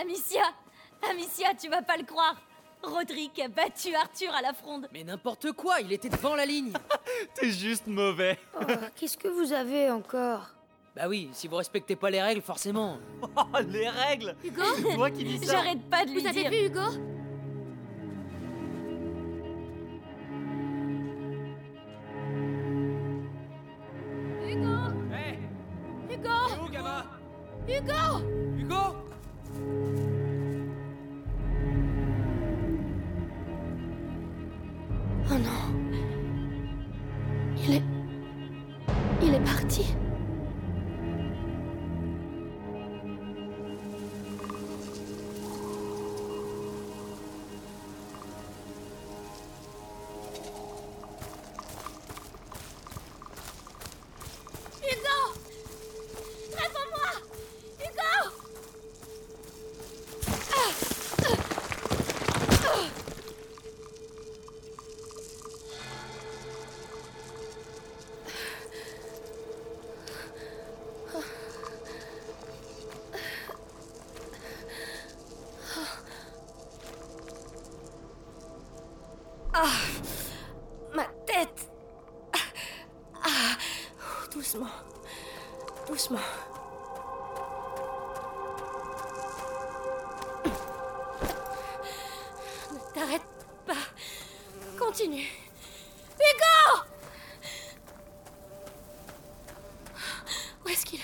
Amicia Amicia, tu vas pas le croire Roderick a battu Arthur à la fronde. Mais n'importe quoi, il était devant la ligne T'es juste mauvais. Oh, Qu'est-ce que vous avez encore Bah oui, si vous respectez pas les règles, forcément. Oh, les règles Hugo C'est toi qui dis ça J'arrête pas de lui Vous avez dire. vu Hugo Hugo Hey, Hugo où, gamin Hugo Hugo Oh non. Il est. Il est parti. Hugo Réponds-moi Hugo Ma tête. Ah. Ah. Doucement. Doucement. Ne t'arrête pas. Continue. Hugo Où est-ce qu'il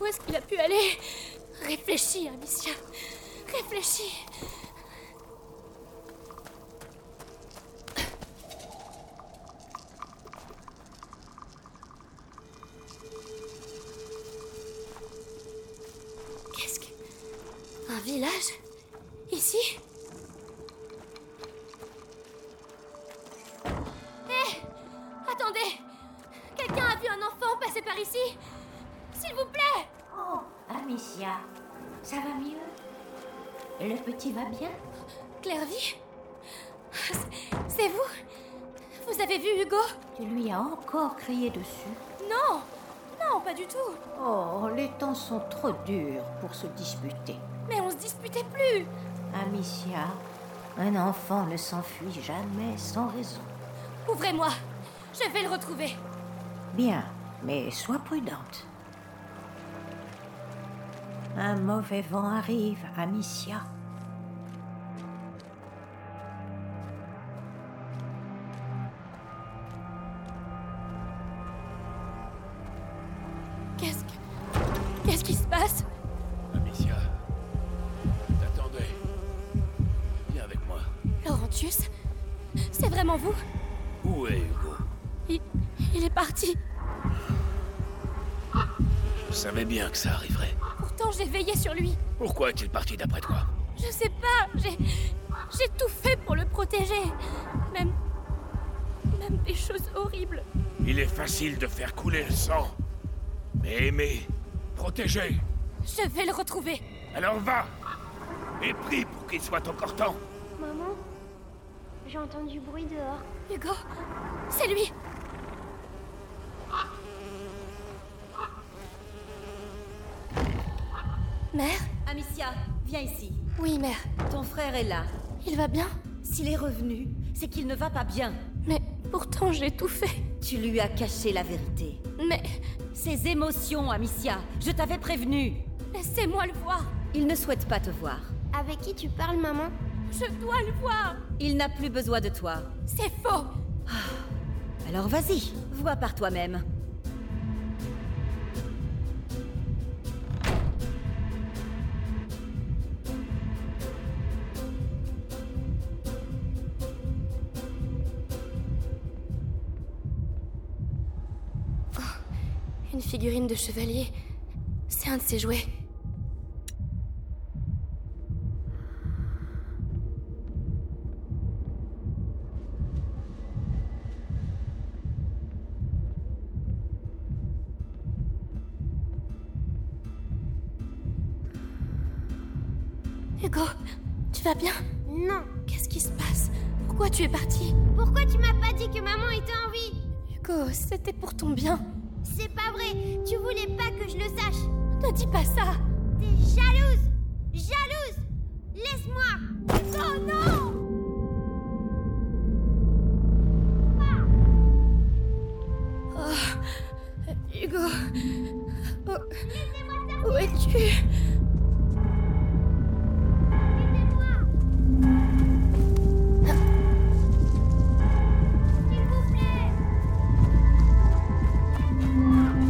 Où est-ce qu'il a pu aller Réfléchis, Amicia. Réfléchis. Qu'est-ce que. Un village Ici Eh! Attendez Quelqu'un a vu un enfant passer par ici S'il vous plaît Oh, Amicia, ça va mieux Le petit va bien Clairvy C'est vous Vous avez vu Hugo Tu lui as encore crié dessus Non Non, pas du tout Oh, les temps sont trop durs pour se disputer. Mais on se disputait plus Amicia, un enfant ne s'enfuit jamais sans raison. Ouvrez-moi Je vais le retrouver Bien, mais sois prudente. Un mauvais vent arrive, Amicia. Qu'est-ce que. Qu'est-ce qui se passe Amicia, t'attendais. Viens avec moi. Laurentius C'est vraiment vous Où est Hugo il... il est parti Je savais bien que ça arriverait. Pourtant j'ai veillé sur lui Pourquoi est-il parti d'après toi Je sais pas, j'ai. J'ai tout fait pour le protéger Même. Même des choses horribles Il est facile de faire couler le sang. Mais aimer, protéger, Je vais le retrouver alors va Et prie pour qu'il soit encore temps. Maman, j'ai entendu bruit dehors. Hugo C'est lui Mère Amicia, viens ici. Oui, mère. Ton frère est là. Il va bien S'il est revenu, c'est qu'il ne va pas bien. Mais pourtant, j'ai tout fait. Tu lui as caché la vérité. Mais Ses émotions, Amicia, je t'avais prévenu. laissez-moi le voir. Il ne souhaite pas te voir. Avec qui tu parles, maman Je dois le voir. Il n'a plus besoin de toi. C'est faux. Alors vas-y, vois par toi-même. Une figurine de chevalier. C'est un de ses jouets. Hugo, tu vas bien Non. Qu'est-ce qui se passe Pourquoi tu es parti Pourquoi tu m'as pas dit que maman était en vie Hugo, c'était pour ton bien. C'est pas vrai. Tu voulais pas que je le sache. Ne dis pas ça T'es jalouse Jalouse Laisse-moi Oh non Ah. Hugo. Oh. Où es-tu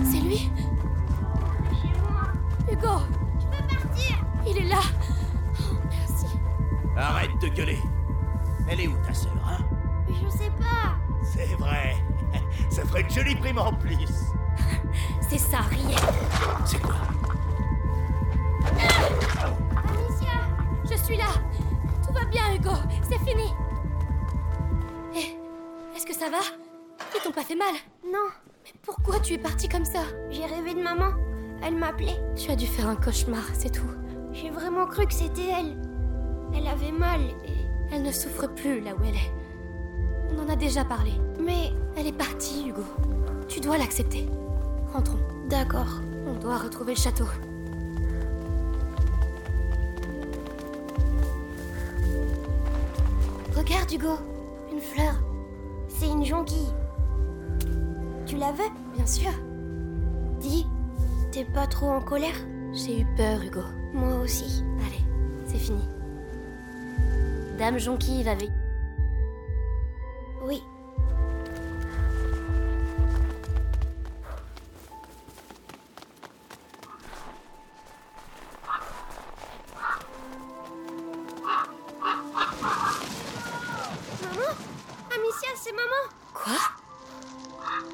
C'est lui Hugo Il est là Oh, Merci. Arrête de gueuler Elle est où ta sœur, hein Je sais pas C'est vrai Ça ferait une jolie prime en plus C'est ça, riez. C'est quoi Amicia Je suis là Tout va bien, Hugo C'est fini Eh, Est-ce que ça va Ils t'ont pas fait mal Non, Mais pourquoi tu es parti comme ça j'ai rêvé de maman. Elle m'appelait. Tu as dû faire un cauchemar, c'est tout. J'ai vraiment cru que c'était elle. Elle avait mal et... Elle ne souffre plus là où elle est. On en a déjà parlé. Mais... Elle est partie, Hugo. Tu dois l'accepter. Rentrons. D'accord. On doit retrouver le château. Regarde Hugo, une fleur. C'est une jonquille. Tu la veux Bien sûr. Dis, t'es pas trop en colère J'ai eu peur, Hugo. Moi aussi. Allez, c'est fini. Dame Jonquille va veiller. Oui. Maman Amicia, c'est maman Ah, Quoi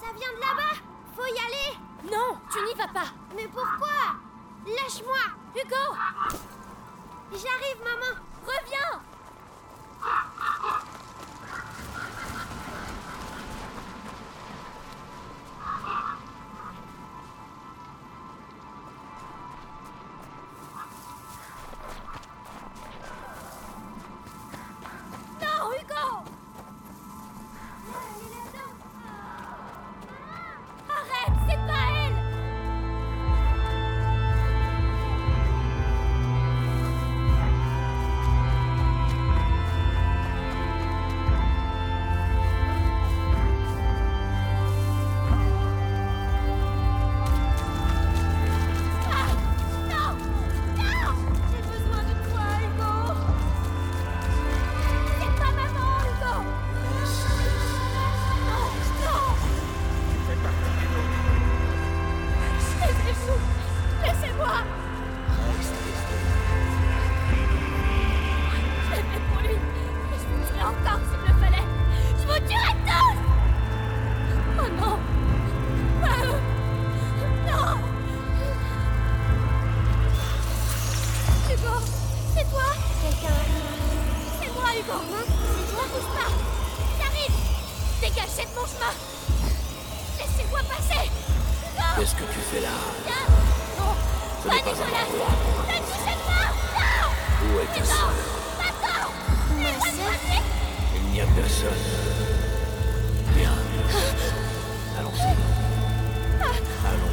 Ça vient de là-bas Faut y aller Non, tu n'y vas pas. Mais pourquoi Lâche-moi Hugo J'arrive, maman Reviens Non, Hugo Ah, Arrête, c'est pas elle J'ai besoin de toi, Hugo C'est pas maman, Hugo Non, non Laissez-nous Laissez-moi Je l'ai fait pour lui. Et je vous tuerai encore s'il le fallait. Je vous tuerai tous Oh non Pas eux Non Hugo C'est toi Quelqu'un C'est moi, Hugo C'est toi Bouge pas J'arrive Dégagez de mon chemin Laissez-moi passer Hugo Qu'est-ce que tu fais là Viens Non Pas Nicolas Ne touchez pas Non Où est ta sœur Il n'y a personne. Bien. Allons-y. Allons.